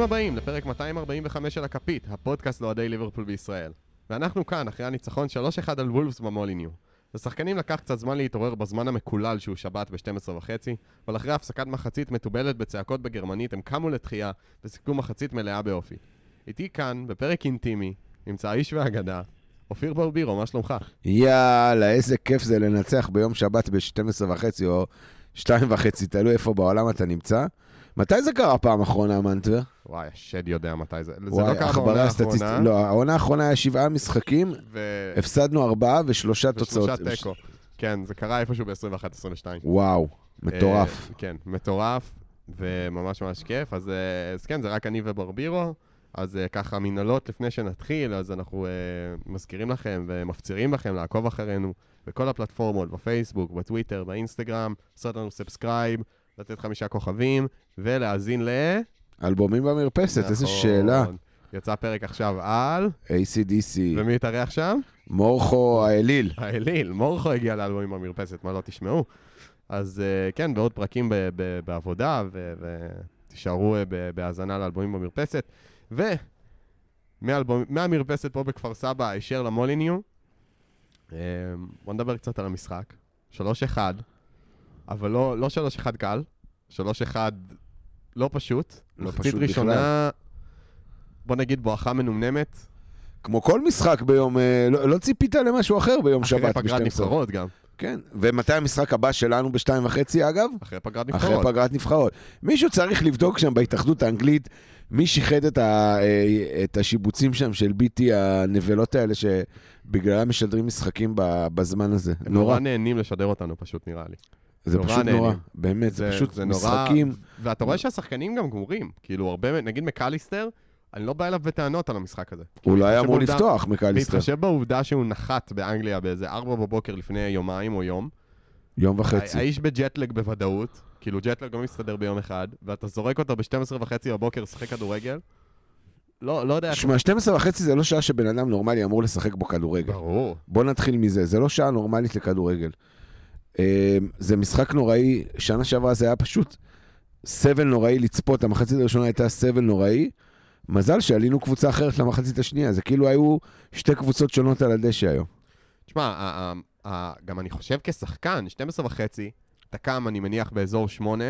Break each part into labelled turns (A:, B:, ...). A: הבאים לפרק 245 של הכפית, הפודקאסט לאוהדי ליברפול בישראל. ואנחנו כאן, אחרי הניצחון 3-1 על וולפס במוליניו. לשחקנים לקח קצת זמן להתעורר בזמן המקולל שהוא שבת ב-12 וחצי, אבל אחרי הפסקת מחצית מתובלת בצעקות בגרמנית הם קמו לתחייה וסיכמו מחצית מלאה באופי. איתי כאן, בפרק אינטימי, נמצא האיש והאגדה, אופיר ברבירו, מה שלומך?
B: יאללה, איזה כיף זה לנצח ביום שבת ב-12 וחצי או 2 וחצי, תלוי איפה בעולם אתה נמצא. מתי זה קרה פעם אחרונה, מנטבר?
A: וואי, השד יודע מתי זה. זה
B: וואי,
A: לא קרה
B: עכברה
A: בעונה
B: הסטטיסט-
A: האחרונה,
B: לא, העונה האחרונה היה שבעה משחקים,
A: ו-
B: הפסדנו ארבעה ושלושה תוצאות.
A: ושלושה תיקו. כן, זה קרה איפשהו ב-21-22.
B: וואו, מטורף.
A: אה, כן, מטורף, וממש ממש כיף. אז, אה, אז כן, זה רק אני וברבירו. אז אה, ככה מנהלות לפני שנתחיל, אז אנחנו אה, מזכירים לכם ומפצירים לכם לעקוב אחרינו בכל הפלטפורמות, בפייסבוק, בטוויטר, באינסטגרם, לעשות לנו סאבסקרייב, לתת חמישה כוכבים, ולהאזין ל...
B: אלבומים במרפסת, איזה
A: אה, נכון.
B: שאלה. אה.
A: יצא פרק עכשיו על,
B: ACDC,
A: ומי התארח שם?
B: מורכו האליל.
A: האליל, מורכו הגיע לאלבומים במרפסת, מה לא תשמעו. אז אה, כן, בעוד פרקים ב- ב- בעבודה, ו- ותישארו אה, ב- בהאזנה לאלבומים במרפסת. ומהמרפסת פה בכפר סבא, הישר למוליניו. אה, בוא נדבר קצת על המשחק. 3-1, אבל לא, לא 3-1 קל, 3-1 לא פשוט.
B: לא
A: מחצית
B: פשוט בכלל.
A: ראשונה, בוא נגיד בואכה מנומנמת.
B: כמו כל משחק ביום, אה, לא לא ציפית למשהו אחר ביום שבת.
A: אחרי פגרת
B: ב- 12.
A: נבחרות גם.
B: כן, ומתי המשחק הבא שלנו בשתיים וחצי, אגב?
A: אחרי פגרת
B: אחרי
A: נבחרות.
B: פגרת נבחרות. מישהו צריך לבדוק שם בהתאחדות האנגלית מי שיחד את, ה, אה, את השיבוצים שם של ביטי, הנבלות האלה שבגללם משדרים משחקים ב- בזמן הזה.
A: הם
B: נורא.
A: נורא נעים לשדר אותנו פשוט, נראה לי.
B: זה
A: נורא
B: פשוט נורא.
A: נהנים.
B: באמת, אה, זה פשוט משחקים.
A: ואתה רואה שהשחקנים גם גמורים. כאילו, הרבה, נגיד מקליסטר, אני לא בא אליו בטענות על המשחק הזה.
B: הוא לא היה אמור
A: בהתחשב
B: לפתוח מקליסטר.
A: בהתחשב בעובדה שהוא נחת באנגליה באיזה ארבע בבוקר לפני יומיים או יום.
B: יום וחצי.
A: האיש בג'טלג בוודאות, כאילו ג'טלג לא מסתדר ביום אחד, ואתה זורק אותו ב-12 וחצי בבוקר לשחק כדורגל. לא, לא יודע.
B: שמע, 12 וחצי זה לא שעה שבן אדם נורמלי אמור לשחק בו כדורגל.
A: ברור.
B: בוא נתחיל מזה, זה לא שעה נורמלית לכדורגל. אה, זה משחק נוראי, שנה שעברה זה היה פשוט סבל נוראי לצפות, המחצית הראשונה הייתה סבל נוראי. מזל שעלינו קבוצה אחרת למחצית השנייה, זה כאילו היו שתי קבוצות שונות על הדשא היום.
A: תשמע, ה- ה- ה- גם אני חושב כשחקן, 12 וחצי, אתה קם, אני מניח, באזור 8,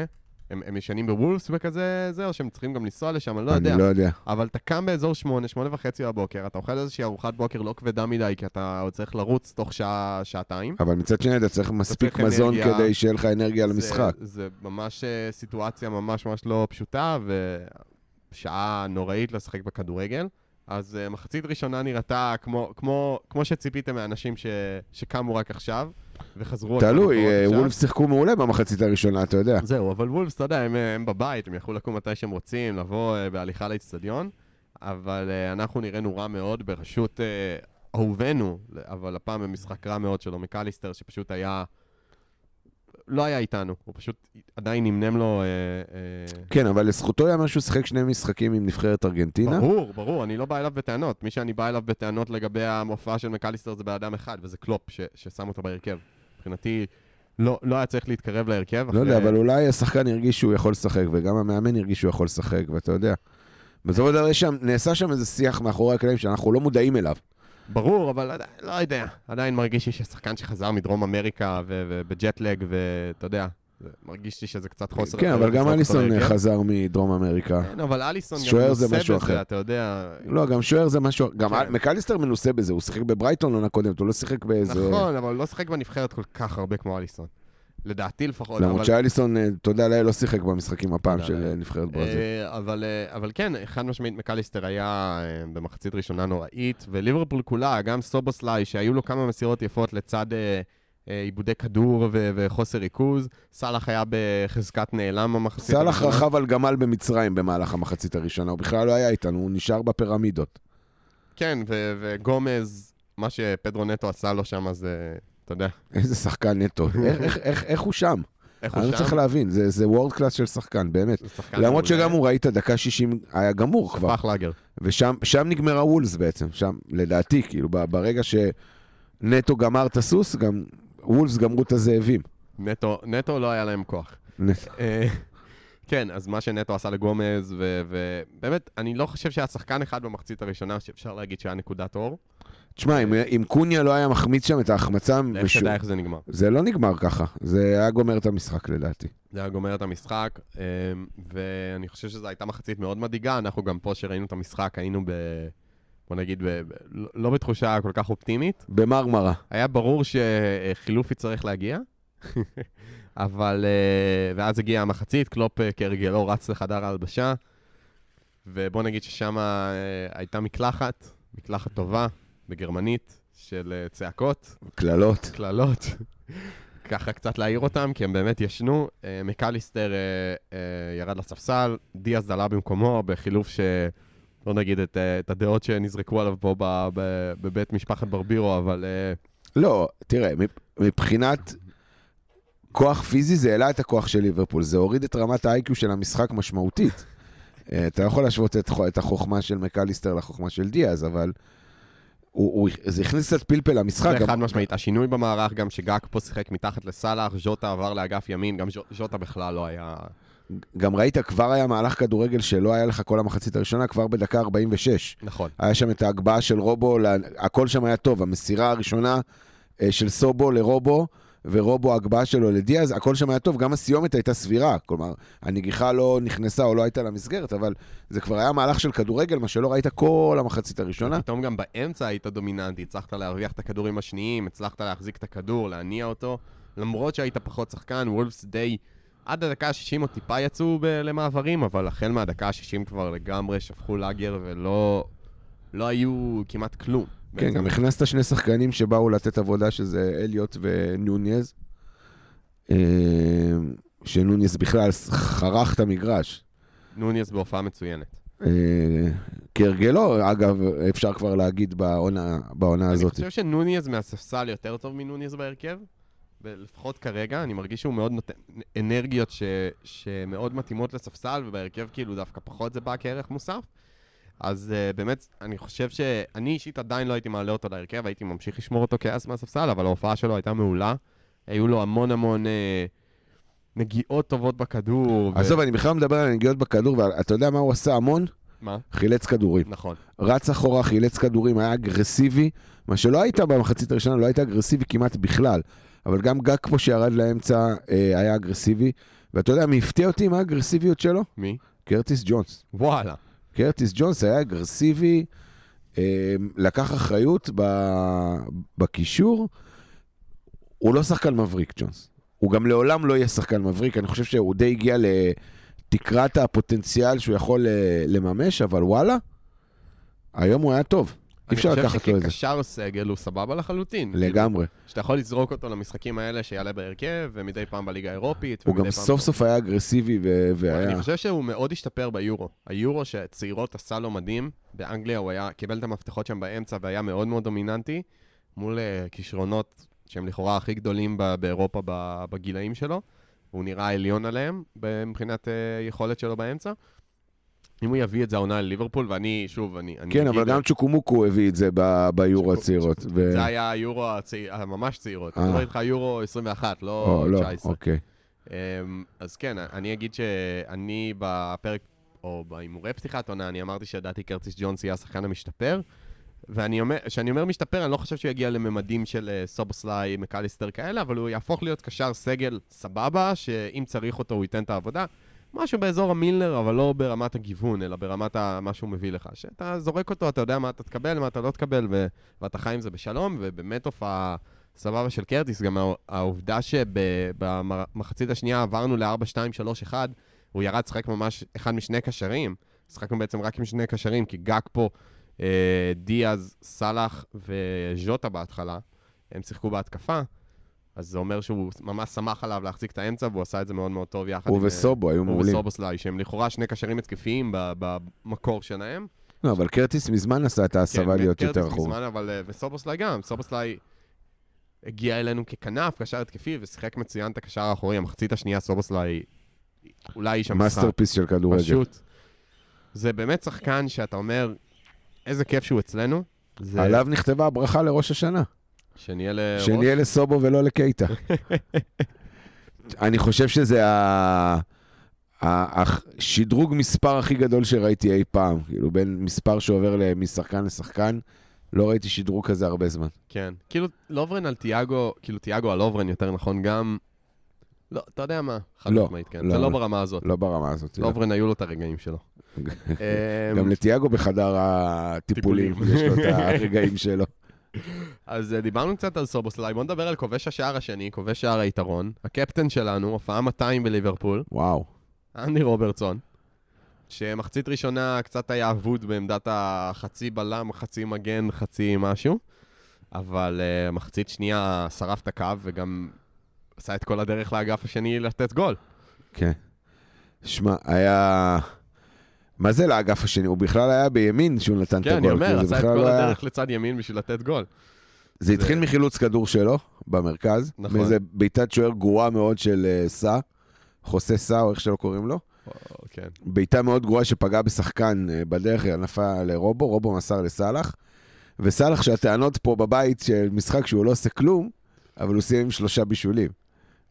A: הם, הם ישנים בוולפס וכזה, זה, או שהם צריכים גם לנסוע לשם, אני לא יודע.
B: אני לא יודע.
A: אבל אתה קם באזור 8, 8 וחצי בבוקר, אתה אוכל איזושהי ארוחת בוקר לא כבדה מדי, כי אתה עוד צריך לרוץ תוך שעה, שעתיים.
B: אבל מצד שני אתה צריך מספיק
A: צריך
B: מזון
A: אנרגיה.
B: כדי שיהיה לך אנרגיה למשחק.
A: זה, זה ממש אה, סיטואציה ממש ממש לא פשוטה, ושעה נוראית לשחק בכדורגל. אז אה, מחצית ראשונה נראתה כמו, כמו, כמו שציפיתם מאנשים ש, שקמו רק עכשיו, וחזרו... רק
B: תלוי,
A: למקורות
B: אה,
A: עכשיו.
B: וולף שיחקו מעולה במחצית הראשונה, אתה יודע.
A: זהו, אבל וולפס, אתה יודע, הם, אה, הם בבית, הם יכלו לקום מתי שהם רוצים, לבוא אה, בהליכה לאצטדיון, אבל אה, אנחנו נראינו רע מאוד בראשות אה, אהובנו, אבל הפעם במשחק רע מאוד שלו מקליסטר, שפשוט היה... לא היה איתנו, הוא פשוט עדיין נמנם לו... אה, אה,
B: כן, אבל לזכותו היה משהו שיחק שני משחקים עם נבחרת ארגנטינה.
A: ברור, ברור, אני לא בא אליו בטענות. מי שאני בא אליו בטענות לגבי המופע של מקליסטר זה באדם אחד, וזה קלופ ש, ששם אותו בהרכב. מבחינתי, לא, לא היה צריך להתקרב להרכב.
B: לא יודע,
A: אחרי-
B: אבל אולי השחקן הרגיש שהוא יכול לשחק, וגם המאמן הרגיש שהוא יכול לשחק, ואתה יודע. בסופו של דבר יש שם- נעשה שם איזה שיח מאחורי הקלעים שאנחנו לא מודעים אליו.
A: ברור, אבל עדיין, לא יודע. עדיין מרגיש לי ששחקן שחזר מדרום אמריקה ו- ובג'טלג, ואתה יודע, זה- מרגיש לי שזה קצת חוסר...
B: כן,
A: אחריות
B: אבל גם
A: לזרוק אותו
B: אליסון
A: להרכב.
B: חזר מדרום אמריקה.
A: כן, אבל אליסון גם
B: שוער זה
A: מנוסה
B: משהו
A: בזה,
B: אחר.
A: אתה יודע.
B: לא, גם שוער זה משהו, גם
A: כן.
B: מקליסטר מנוסה בזה, הוא שיחק בברייטון עונה קודמת, הוא לא שיחק באיזה...
A: נכון, אבל הוא לא שיחק בנבחרת כל כך הרבה כמו אליסון. לדעתי לפחות. אבל-
B: למרות שאליסון, אה, תודה לאל, לא שיחק במשחקים הפעם
A: תודה
B: של
A: לאל.
B: אה, נבחרת ברזיל.
A: אה, אבל, אה, אבל כן, חד משמעית מקליסטר היה אה, במחצית ראשונה נוראית, וליברפול כולה, גם סובוסליי, שהיו לו כמה מסירות יפות לצד אה, אה, עיבודי כדור ו- וחוסר ריכוז, סאלח היה בחזקת נעלם במחצית
B: סאלח רכב על גמל במצרים במהלך המחצית הראשונה, הוא בכלל לא היה איתנו, הוא נשאר בפירמידות.
A: כן, ו- וגומז, מה שפדרו נטו עשה לו שם, אז אה, אתה יודע,
B: איזה שחקן נטו, איך- איך- איך- איך הוא שם?
A: איך הוא
B: אני לא
A: שם?
B: צריך להבין, זה- זה וורד קלאס של שחקן, באמת.
A: זה שחקן
B: למרות
A: מעולה.
B: שגם הוא ראית דקה 60 היה גמור כבר,
A: שפך לאגר.
B: ושם שם נגמרה וולס בעצם, שם לדעתי, כאילו ב- ברגע שנטו גמר את הסוס, גם וולס גמרו את הזאבים.
A: נטו, נטו לא היה להם כוח.
B: נ-
A: אה, כן, אז מה שנטו עשה לגומז, ו- ובאמת, אני לא חושב שהיה שחקן אחד במחצית הראשונה שאפשר להגיד שהיה נקודת אור.
B: תשמע, אם- אם קוניה לא היה מחמיץ שם את ההחמצה,
A: לך
B: משו-
A: תדע איך זה נגמר.
B: זה לא נגמר ככה. זה היה גומר את המשחק לדעתי.
A: זה היה גומר את המשחק, אמ, ואני חושב שזו הייתה מחצית מאוד מדאיגה. אנחנו גם פה, שראינו את המשחק, היינו ב... בוא נגיד, ב... ב- לא- לא בתחושה כל כך אופטימית.
B: במרמרה.
A: היה ברור שחילוף יצטרך להגיע, אבל... אה, ואז הגיעה המחצית, קלופ אה, כהרגלו רץ לחדר ההלבשה, ובוא נגיד ששם אה, הייתה מקלחת, מקלחת טובה, בגרמנית, של אה, צעקות.
B: קללות.
A: קללות. ככה קצת להעיר אותם, כי הם באמת ישנו. אה, מקליסטר אה, אה, ירד לספסל, דיאז עלה במקומו בחילוף ש... לא נגיד את, אה, את הדעות שנזרקו עליו פה ב, ב, בבית משפחת ברבירו, אבל אה,
B: לא, תראה, מב- מבחינת כוח פיזי זה העלה את הכוח של ליברפול, זה הוריד את רמת ה-IQ של המשחק משמעותית. אה, אתה לא יכול להשוות את, חו- את החוכמה של מקליסטר לחוכמה של דיאז, אבל הוא, הוא, זה הכניס קצת פלפל למשחק.
A: זה
B: גם-
A: חד משמעית. השינוי במערך, גם שגאק פה שיחק מתחת לסאלח, ז'וטה עבר לאגף ימין, גם ז'- ז'וטה בכלל לא היה...
B: גם ראית, כבר היה מהלך כדורגל שלא היה לך כל המחצית הראשונה, כבר בדקה 46.
A: נכון.
B: היה שם את ההגבהה של רובו, לה- הכל שם היה טוב, המסירה הראשונה אה, של סובו לרובו, ורובו ההגבהה שלו לדיאז, הכל שם היה טוב, גם הסיומת הייתה סבירה, כלומר, הנגיחה לא נכנסה או לא הייתה למסגרת, אבל זה כבר היה מהלך של כדורגל, מה שלא ראית כל המחצית הראשונה.
A: פתאום גם באמצע היית דומיננטי, הצלחת להרוויח את הכדורים השניים, הצלחת להחזיק את הכדור, להניע אותו. למרות שהיית פחות שחקן, וולפס די... עד הדקה ה-60 עוד טיפה יצאו ב- למעברים, אבל החל מהדקה ה-60 כבר לגמרי שפכו לאגר ולא... לא היו כמעט כלום.
B: כן,
A: בעצם.
B: גם הכנסת שני שחקנים שבאו לתת עבודה, שזה אליוט ונוניז, אה, שנוניז בכלל חרך את המגרש.
A: נוניס בהופעה מצוינת.
B: אה, כהרגלו, אגב, אפשר כבר להגיד בעונה, בעונה
A: אני
B: הזאת.
A: חושב שנוניז מהספסל יותר טוב מנוניז בהרכב, לפחות כרגע, אני מרגיש שהוא מאוד נותן אנרגיות ש... שמאוד מתאימות לספסל, ובהרכב כאילו דווקא פחות זה בא כערך מוסף. אז uh, באמת, אני חושב שאני אישית עדיין לא הייתי מעלה אותו להרכב, הייתי ממשיך לשמור אותו כאס מהספסל, אבל ההופעה שלו הייתה מעולה. היו לו המון המון אה, נגיעות טובות בכדור.
B: עזוב, אני בכלל לא מדבר על הנגיעות בכדור, ואתה יודע מה הוא עשה המון?
A: מה?
B: חילץ כדורים.
A: נכון.
B: רץ אחורה, חילץ כדורים, היה אגרסיבי, מה שלא היית במחצית הראשונה, לא היית אגרסיבי כמעט בכלל. אבל גם גג פה שירד לאמצע אה, היה אגרסיבי, ואתה יודע מי הפתיע אותי עם האגרסיביות שלו?
A: מי?
B: קרטיס ג'ונס.
A: וואלה.
B: קרטיס ג'ונס היה אגרסיבי, אה, לקח אחריות ב, בקישור. הוא לא שחקן מבריק, ג'ונס. הוא גם לעולם לא יהיה שחקן מבריק, אני חושב שהוא די הגיע לתקרת הפוטנציאל שהוא יכול אה, לממש, אבל וואלה, היום הוא היה טוב. אי אפשר לקחת לו
A: אני
B: את זה.
A: חושב שכקשר סגל הוא סבבה לחלוטין.
B: לגמרי.
A: שאתה יכול לזרוק אותו למשחקים האלה שיעלה בהרכב, ומדי פעם בליגה האירופית.
B: הוא
A: ומדי
B: גם
A: פעם-
B: סוף סוף היה אגרסיבי ו-
A: אני
B: והיה...
A: חושב שהוא מאוד השתפר ביורו. היורו שצעירות עשה לו מדהים, באנגליה הוא היה, קיבל את המפתחות שם באמצע והיה מאוד מאוד דומיננטי, מול אה, כישרונות שהם לכאורה הכי גדולים ב- באירופה ב- בגילאים שלו. הוא נראה עליון עליהם מבחינת אה, יכולת שלו באמצע. אם הוא יביא את זה העונה לליברפול, ואני, שוב, אני... אני
B: כן,
A: אגיד,
B: אבל גם צ'וקומוקו הביא את זה ב- ביורו
A: צ'וקו-
B: הצעירות. ו-
A: זה היה היורו הצעיר, הממש צעירות.
B: אה.
A: אני מדבר איתך יורו 21, לא
B: או, לא,
A: 19.
B: אוקיי.
A: אמ, אז כן, אני אגיד שאני בפרק, או בהימורי פתיחת עונה, אני אמרתי שלדעתי קרציס ג'ונס יהיה השחקן המשתפר, ואני אומר, כשאני אומר משתפר, אני לא חושב שהוא יגיע לממדים של אה, סובוסליי, מקליסטר כאלה, אבל הוא יהפוך להיות קשר סגל סבבה, שאם צריך אותו הוא ייתן את העבודה. משהו באזור המילנר, אבל לא ברמת הגיוון, אלא ברמת ה... מה שהוא מביא לך. שאתה זורק אותו, אתה יודע מה אתה תקבל, מה אתה לא תקבל, ו... ואתה חי עם זה בשלום, ובאמת הופעה סבבה של קרטיס, גם הע- העובדה שבמחצית השנייה עברנו ל-4-2-3-1, הוא ירד לשחק ממש אחד משני קשרים, שחקנו בעצם רק עם שני קשרים, כי גג פה, אה, דיאז, סאלח וז'וטה בהתחלה, הם שיחקו בהתקפה. אז זה אומר שהוא ממש שמח עליו להחזיק את האמצע, והוא עשה את זה מאוד מאוד טוב יחד
B: הוא
A: עם... אה,
B: וסובו היו
A: הוא
B: מעולים.
A: וסובוסליי, שהם לכאורה שני קשרים התקפיים ב- במקור שלהם.
B: לא, אבל קרטיס מזמן עשה את ההסבה
A: כן,
B: להיות
A: קרטיס
B: יותר אחורה.
A: מזמן, אבל אה, וסובוסליי גם, סובוסליי הגיע אלינו ככנף, קשר התקפי, ושיחק מצוין את הקשר האחורי. המחצית השנייה, סובוסליי, אולי איש המשחק.
B: מאסטרפיס של כדורגל.
A: פשוט. זה באמת שחקן שאתה אומר, איזה כיף שהוא אצלנו. זה אה,
B: עליו נכתבה הברכה לראש השנה,
A: שנהיה לראש.
B: שנהיה לסובו ולא לקייטה. אני חושב שזה ה... ה- השדרוג מספר הכי גדול שראיתי אי פעם, כאילו בין מספר שעובר ל- משחקן לשחקן, לא ראיתי שדרוג כזה הרבה זמן.
A: כן. כאילו, לוברן על תיאגו, כאילו, תיאגו על לוברן, יותר נכון, גם... לא, אתה יודע מה, חד
B: לא,
A: משמעית, כן.
B: לא,
A: זה לא
B: לא.
A: ברמה הזאת.
B: לא ברמה הזאת. לא.
A: לוברן, היו לו את הרגעים שלו. אמ,
B: גם לתיאגו בחדר הטיפולים,
A: טיפולים.
B: יש לו את הרגעים שלו.
A: אז אה, דיברנו קצת על סובוסליי, בוא נדבר על כובש השער השני, כובש שער היתרון. הקפטן שלנו, הופעה 200 בליברפול,
B: וואו.
A: אנדי רוברטסון, שמחצית ראשונה קצת היה אבוד בעמדת החצי בלם, חצי מגן, חצי משהו, אבל uh, מחצית שנייה שרף את הקו וגם עשה את כל הדרך לאגף השני לתת גול.
B: כן. שמע, היה... מה זה לאגף השני? הוא בכלל היה בימין שהוא נתן את
A: כן, אני
B: הגול.
A: אומר,
B: כאילו,
A: עשה
B: זה
A: את
B: בכלל
A: כל
B: לא היה-
A: הדרך לצד ימין בשביל לתת גול.
B: זה התחיל מחילוץ כדור שלו, במרכז.
A: נכון.
B: נכון. מאיזה בעיטת שוער גרועה מאוד של אה, סע, חוסה סע, או איך שלא קוראים לו.
A: וואו, כן.
B: בעיטה מאוד גרועה שפגעה בשחקן אה, בדרך, היא הנפה לרובו, רובו מסר לסאלח. וסאלח, שהטענות פה בבית של משחק שהוא לא עושה כלום, אבל הוא סיים עם שלושה בישולים.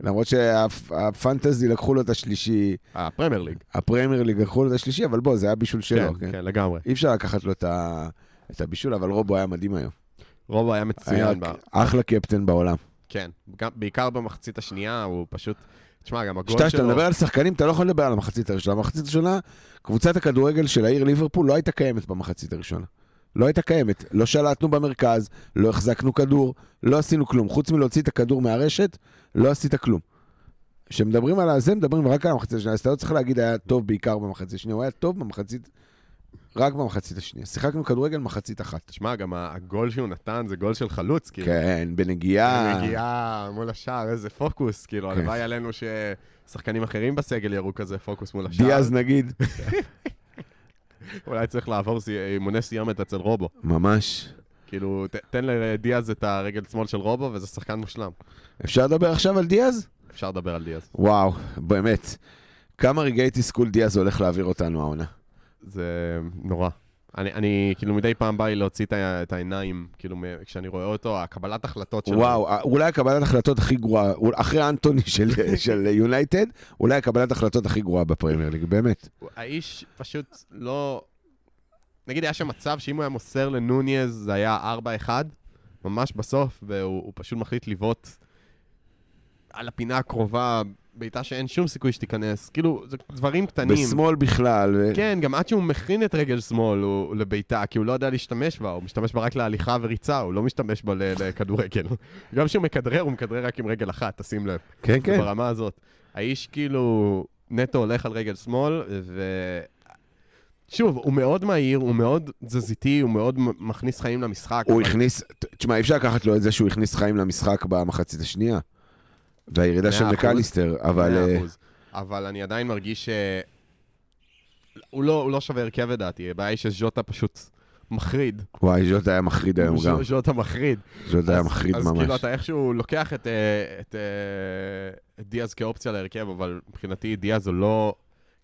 B: למרות שהפנטזי לקחו לו את השלישי,
A: הפרמייר ליג.
B: הפרמייר ליג לקחו לו את השלישי, אבל בוא, זה היה בישול שלו,
A: כן,
B: כן?
A: כן, לגמרי.
B: אי אפשר לקחת לו את ה- את הבישול, אבל רובו היה מדהים היום.
A: רובו היה
B: היה
A: מצוין. ב-
B: אחלה קפטן בעולם.
A: כן, גם- בעיקר במחצית השנייה, הוא פשוט... תשמע, גם הגול שלו...
B: כשאתה כשאתה מדבר על שחקנים, אתה לא יכול לדבר על המחצית הראשונה. במחצית הראשונה, קבוצת הכדורגל של העיר ליברפול לא הייתה קיימת במחצית הראשונה. לא הייתה קיימת. לא שלטנו במרכז, לא החזקנו כדור, לא עשינו כלום. חוץ מלהוציא את הכדור מהרשת, לא עשית כלום. כשמדברים על זה, מדברים רק על המחצית השנייה, אז אתה לא צריך להגיד היה טוב בעיקר במחצית השנייה, הוא היה טוב במחצית, רק במחצית השנייה. שיחקנו כדורגל מחצית אחת.
A: תשמע, גם הגול שהוא נתן זה גול של חלוץ, כאילו.
B: כן, בנגיעה.
A: מגיעה מול השער, איזה פוקוס, כאילו,
B: כן.
A: הלוואי עלינו ששחקנים אחרים בסגל יראו כזה פוקוס מול השער.
B: דיאז נגיד.
A: אולי צריך לעבור סי- אימוני סיומת אצל רובו.
B: ממש.
A: כאילו, ת- תן לדיאז את הרגל שמאל של רובו, וזה שחקן מושלם.
B: אפשר לדבר עכשיו על דיאז?
A: אפשר לדבר על דיאז.
B: וואו, באמת. כמה רגעי תסכול דיאז הולך להעביר אותנו העונה.
A: זה נורא. אני, אני כאילו מדי פעם בא לי להוציא את ה- את העיניים, כאילו, מ- כשאני רואה אותו, הקבלת החלטות שלו.
B: וואו, אה, אולי הקבלת החלטות הכי גרועה, אול- אחרי אנטוני של- של יונייטד, אולי הקבלת החלטות הכי גרועה בפרמייר ליג, באמת.
A: האיש פשוט לא... נגיד, היה שם מצב שאם הוא היה מוסר לנוניז, זה היה 4-1, ממש בסוף, והוא הוא פשוט מחליט לבעוט על הפינה הקרובה, בעיטה שאין שום סיכוי שתיכנס. כאילו, זה דברים קטנים.
B: בשמאל בכלל,
A: כן, גם עד שהוא מכין את רגל שמאל הוא, לבעיטה, כי הוא לא יודע להשתמש בה, הוא משתמש בה רק להליכה וריצה, הוא לא משתמש בה ל- לכדורגל. גם כשהוא מכדרר, הוא מכדרר רק עם רגל אחת, תשים לב.
B: כן,
A: כן.
B: כן.
A: ברמה הזאת. האיש כאילו נטו הולך על רגל שמאל, ו... שוב, הוא מאוד מהיר, הוא מאוד תזזיתי, הוא מאוד מ- מכניס חיים למשחק.
B: הוא
A: אבל-
B: הכניס, ת- תשמע, אי אפשר לקחת לו את זה שהוא הכניס חיים למשחק במחצית השנייה. והירידה של
A: מאה אחוז.
B: מקליסטר, אבל...
A: מאה
B: אה,
A: אחוז. אבל אני עדיין מרגיש ש... הוא לא, הוא לא שווה הרכב לדעתי, הבעיה היא שז'וטה פשוט מחריד.
B: וואי, ז'וטה היה מחריד היום כן, גם.
A: ז'- ז'וטה מחריד.
B: ז'וטה היה
A: אז-
B: מחריד
A: אז כאילו
B: ממש.
A: אתה איכשהו לוקח את, אה, את, אה, את דיאז כאופציה להרכב, אבל מבחינתי דיאז הוא לא,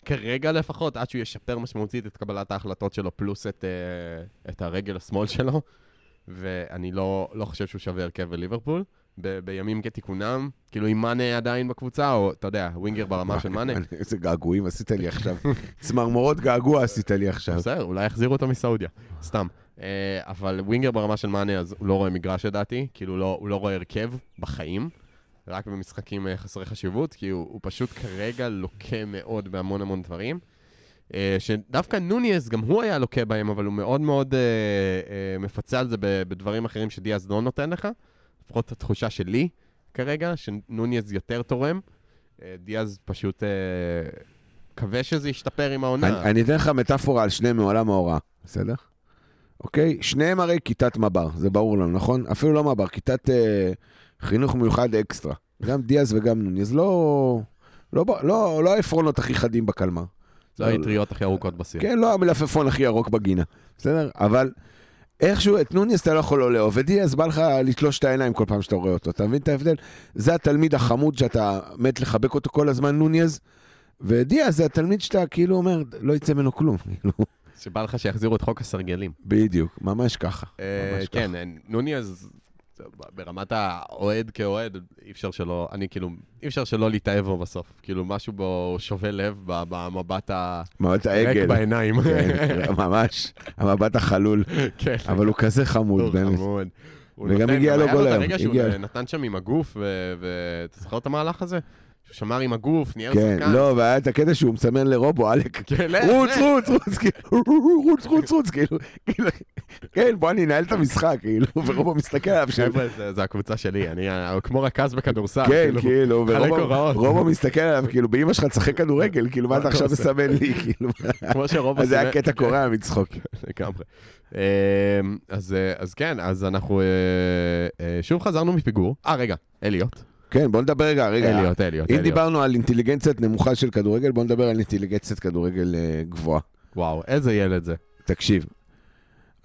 A: כרגע לפחות, עד שהוא ישפר משמעותית את קבלת ההחלטות שלו, פלוס את, אה, את הרגל השמאל שלו, ואני לא, לא חושב שהוא שווה הרכב בליברפול. ב- בימים כתיקונם, כאילו אם מאנה עדיין בקבוצה, או אתה יודע, ווינגר ברמה של מאנה.
B: אני- איזה געגועים עשית לי עכשיו. צמרמורות געגוע עשית לי עכשיו.
A: בסדר, אולי יחזירו אותו מסעודיה, סתם. אה, אבל ווינגר ברמה של מאנה, אז הוא לא רואה מגרש לדעתי, כאילו לא, הוא לא רואה הרכב בחיים, רק במשחקים אה, חסרי חשיבות, כי הוא, הוא פשוט כרגע לוקה מאוד בהמון המון דברים. אה, שדווקא נוניס, גם הוא היה לוקה בהם, אבל הוא מאוד מאוד אה, אה, מפצה על זה ב- בדברים אחרים שדיאז לא נותן לך. לפחות התחושה שלי כרגע, שנוניס יותר תורם. אה, דיאז פשוט... אה, מקווה שזה ישתפר עם העונה.
B: אני, אני אתן לך מטאפורה על שניהם מעולם ההוראה, בסדר? אוקיי? שניהם הרי כיתת מב"ר, זה ברור לנו, נכון? אפילו לא מב"ר, כיתת אה, חינוך מיוחד אקסטרה. גם דיאז וגם נוני, אז לא... לא, ב- לא, לא העפרונות הכי חדים בקלמר.
A: זה האטריות הכי ארוכות בסיר.
B: כן, לא המלפפון הכי ירוק בגינה, בסדר? אבל איכשהו את נוניס אתה לא יכול לא לאהוב, ודיאז בא לך לתלוש את העיניים כל פעם שאתה רואה אותו, אתה מבין את ההבדל? זה התלמיד החמוד שאתה מת לחבק אותו כל הזמן, נוניז, ודיאז זה התלמיד שאתה כאילו אומר, לא יצא ממנו כלום, כאילו.
A: שבא לך שיחזירו את חוק הסרגלים.
B: בדיוק, ממש ככה. ממש
A: אה,
B: ככה.
A: כן, אה, נוני אז... ברמת האוהד כאוהד, אי אפשר שלא, אני כאילו, אי אפשר שלא להתאהב בו בסוף. כאילו, משהו בו שובה לב ב- במבט הריק
B: מבט העגל.
A: בעיניים.
B: כן, ממש, המבט החלול,
A: כן.
B: אבל הוא כזה חמוד,
A: טוב,
B: באמת.
A: חמוד. הוא
B: וגם
A: נותן-
B: הגיע לו
A: היה
B: גול
A: את
B: היום,
A: הרגע שהוא
B: הגיע.
A: נתן שם עם הגוף, ואתה זוכר את המהלך הזה? שהוא שמר עם הגוף, ניהל
B: כן,
A: שחקן.
B: לא, והיה את הקטע שהוא מסמן לרובו, עלק.
A: כן, לך,
B: רוץ,
A: לך.
B: רוץ, רוץ, כאילו, רוץ, רוץ, רוץ, כאילו, כאילו, כן, בוא ננהל את המשחק, כאילו, ורובו מסתכל עליו שם.
A: חבר'ה, זה- זה הקבוצה שלי, אני אה, כמו רכז בכדורסל.
B: כן,
A: כאילו.
B: כאילו,
A: חלק
B: ורובו
A: הוראות.
B: רובו מסתכל עליו, כאילו, באמא שלך תשחק כדורגל, כאילו, מה
A: מה
B: אתה
A: אתה
B: עכשיו
A: עושה?
B: מסמן לי, כאילו,
A: כמו שרוב...
B: אז זה היה
A: הסמל-
B: קטע קורע מצחוק.
A: לגמרי. אמ, אז אה, אז כן, אז אנחנו אה, אה, שוב חזרנו מפיגור. אה, רגע, אליוט.
B: כן, בוא נדבר רגע, רגע,
A: אליוט, אליוט,
B: אם
A: אליוט.
B: דיברנו על אינטליגנציית נמוכה של כדורגל, בוא נדבר על אינטליגנציית כדורגל אה, גבוהה.
A: וואו, איזה ילד זה.
B: תקשיב,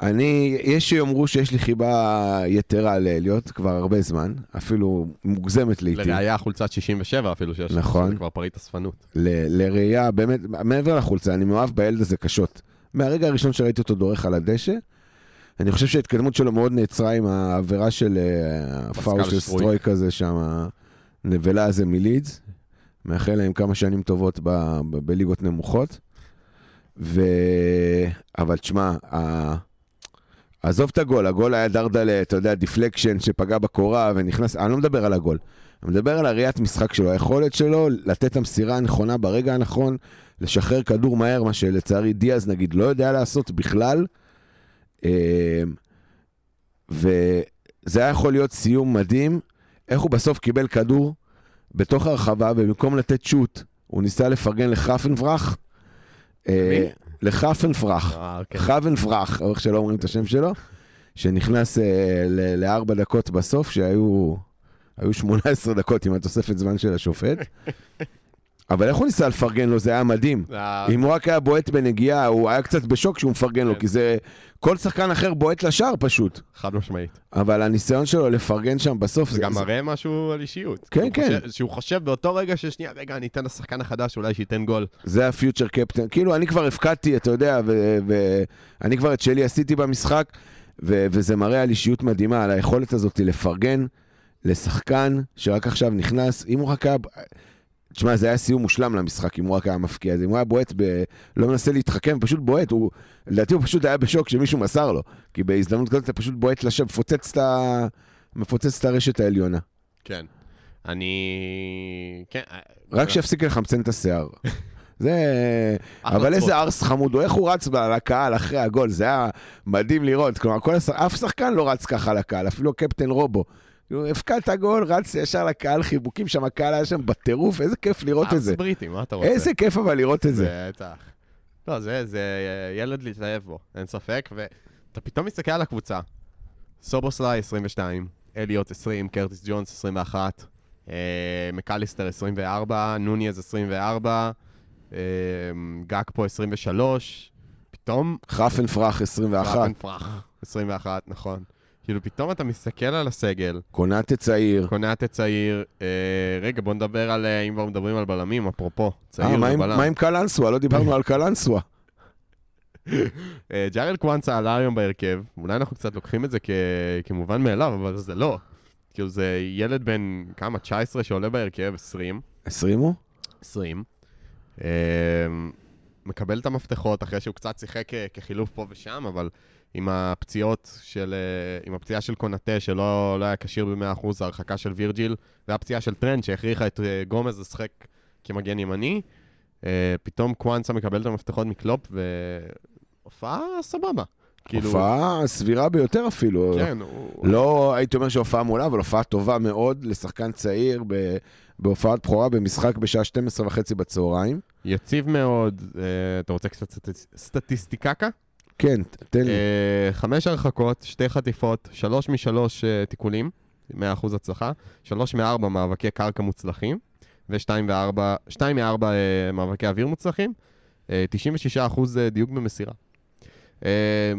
B: אני, יש שיאמרו שיש לי חיבה יתרה לאליוט כבר הרבה זמן, אפילו מוגזמת לעיתים.
A: לראיה חולצת 67 אפילו שיש.
B: נכון.
A: זה כבר פריט אספנות.
B: ל- לראייה, באמת, מעבר לחולצה, אני מאוהב בילד הזה קשות. מהרגע הראשון שראיתי אותו דורך על הדשא, אני חושב שההתקדמות שלו מאוד נעצרה עם העבירה של אה, הפאול של
A: שטרויק.
B: סטרויק הזה שם, הנבלה הזה מלידס. מאחל להם כמה שנים טובות ב- ב- בליגות נמוכות. ו... אבל תשמע, ה... עזוב את הגול, הגול היה דרדלה, אתה יודע, דיפלקשן שפגע בקורה ונכנס, אני לא מדבר על הגול, אני מדבר על הראיית משחק שלו, היכולת שלו לתת את המסירה הנכונה ברגע הנכון, לשחרר כדור מהר, מה שלצערי דיאז נגיד לא יודע לעשות בכלל. אמ, וזה היה יכול להיות סיום מדהים, איך הוא בסוף קיבל כדור בתוך הרחבה, ובמקום לתת שוט, הוא ניסה לפרגן לחפנברח. אה, לחפנברח.
A: אה, כן.
B: חוונפרח, או איך שלא אומרים את השם שלו, שנכנס אה, ל- לארבע דקות בסוף, שהיו היו 18 דקות עם התוספת זמן של השופט. אבל איך הוא ניסה לפרגן לו? זה היה מדהים.
A: אה,
B: אם הוא רק היה בועט בנגיעה, הוא היה קצת בשוק שהוא מפרגן לו,
A: כן.
B: כי זה... כל שחקן אחר בועט לשער פשוט.
A: חד משמעית.
B: אבל הניסיון שלו לפרגן שם בסוף,
A: זה גם מראה משהו על אישיות.
B: כן,
A: שהוא
B: כן.
A: חושב- שהוא חושב באותו רגע ששנייה, רגע, אני אתן לשחקן החדש, אולי שייתן גול.
B: זה הפיוטר קפטן. כאילו, אני כבר הפקדתי, אתה יודע, ואני כבר את שלי עשיתי במשחק, ו- וזה מראה על אישיות מדהימה, על היכולת הזאת לפרגן לשחקן שרק עכשיו נכנס, אם הוא רק היה... תשמע, זה היה סיום מושלם למשחק, אם הוא רק היה מפקיע. אז אם הוא היה בועט, ב... לא מנסה להתחכם, פשוט בועט, הוא... לדעתי הוא פשוט היה בשוק שמישהו מסר לו. כי בהזדמנות כזאת אתה פשוט בועט לשם, מפוצץ את ה... מפוצץ את הרשת העליונה.
A: כן. אני... כן. אה,
B: רק שיפסיק לחמצן את השיער. זה...
A: אחלה
B: אבל
A: צחוק.
B: איזה ארס חמוד הוא, איך הוא רץ על הקהל אחרי הגול, זה היה מדהים לראות. כלומר, כל הש... אף שחקן לא רץ ככה לקהל, אפילו קפטן רובו. כאילו, הפקדת גול, רץ ישר לקהל, חיבוקים שם, הקהל היה שם בטירוף, איזה כיף לראות את
A: ארס
B: זה.
A: אה, בריטי, מה אתה רוצה?
B: איזה כיף אבל לראות את זה.
A: בטח. לא, זה, זה ילד להתאהב בו, אין ספק, ואתה פתאום מסתכל על הקבוצה. סובוסליי 22, אליוט 20, קרטיס ג'ונס 21, אה, מקליסטר 24, נוניאז 24, אה, גג פה 23, פתאום...
B: חפנפרח 21,
A: פרח. 21, נכון. כאילו, פתאום אתה מסתכל על הסגל,
B: קונאטה צעיר.
A: קונאטה צעיר, אה, רגע, בוא נדבר על, אה, אם כבר מדברים על בלמים, אפרופו,
B: אה,
A: צעיר
B: מה עם-
A: ובלם.
B: מה עם קלנסווה? לא דיברנו על קלנסווה.
A: אה, ג'ארד קוואנסה עלה היום בהרכב, אולי אנחנו קצת לוקחים את זה כ... כמובן מאליו, אבל זה לא. כאילו זה ילד בן כמה? 19 שעולה בהרכב, 20.
B: 20 הוא?
A: 20. אה, מקבל את המפתחות אחרי שהוא קצת שיחק אה, כחילוף פה ושם, אבל עם הפציעות של... אה, עם הפציעה של קונאטה שלא לא היה כשיר ב-100%, ההרחקה של וירג'יל, והפציעה של טרנד שהכריחה את אה, גומז לשחק כמגן ימני, אה, פתאום קוואנסה מקבל את המפתחות מקלופ, והופעה סבבה. כאילו,
B: הופעה סבירה ביותר אפילו.
A: כן, הוא...
B: לא הייתי אומר שהופעה מעולה, אבל הופעה טובה מאוד לשחקן צעיר ב- בהופעת בכורה במשחק בשעה 12 וחצי בצהריים.
A: יציב מאוד, אה, אתה רוצה קצת סטטיס- סטטיסטיקקה?
B: כן, ת- תן לי.
A: אה, חמש הרחקות, שתי חטיפות, שלוש משלוש אה, תיקולים, 100% הצלחה, שלוש מארבע מאבקי קרקע מוצלחים, ושתיים וארבע, שתיים מארבע אה, מאבקי אוויר מוצלחים, אה, 96% אה, דיוק במסירה. אה,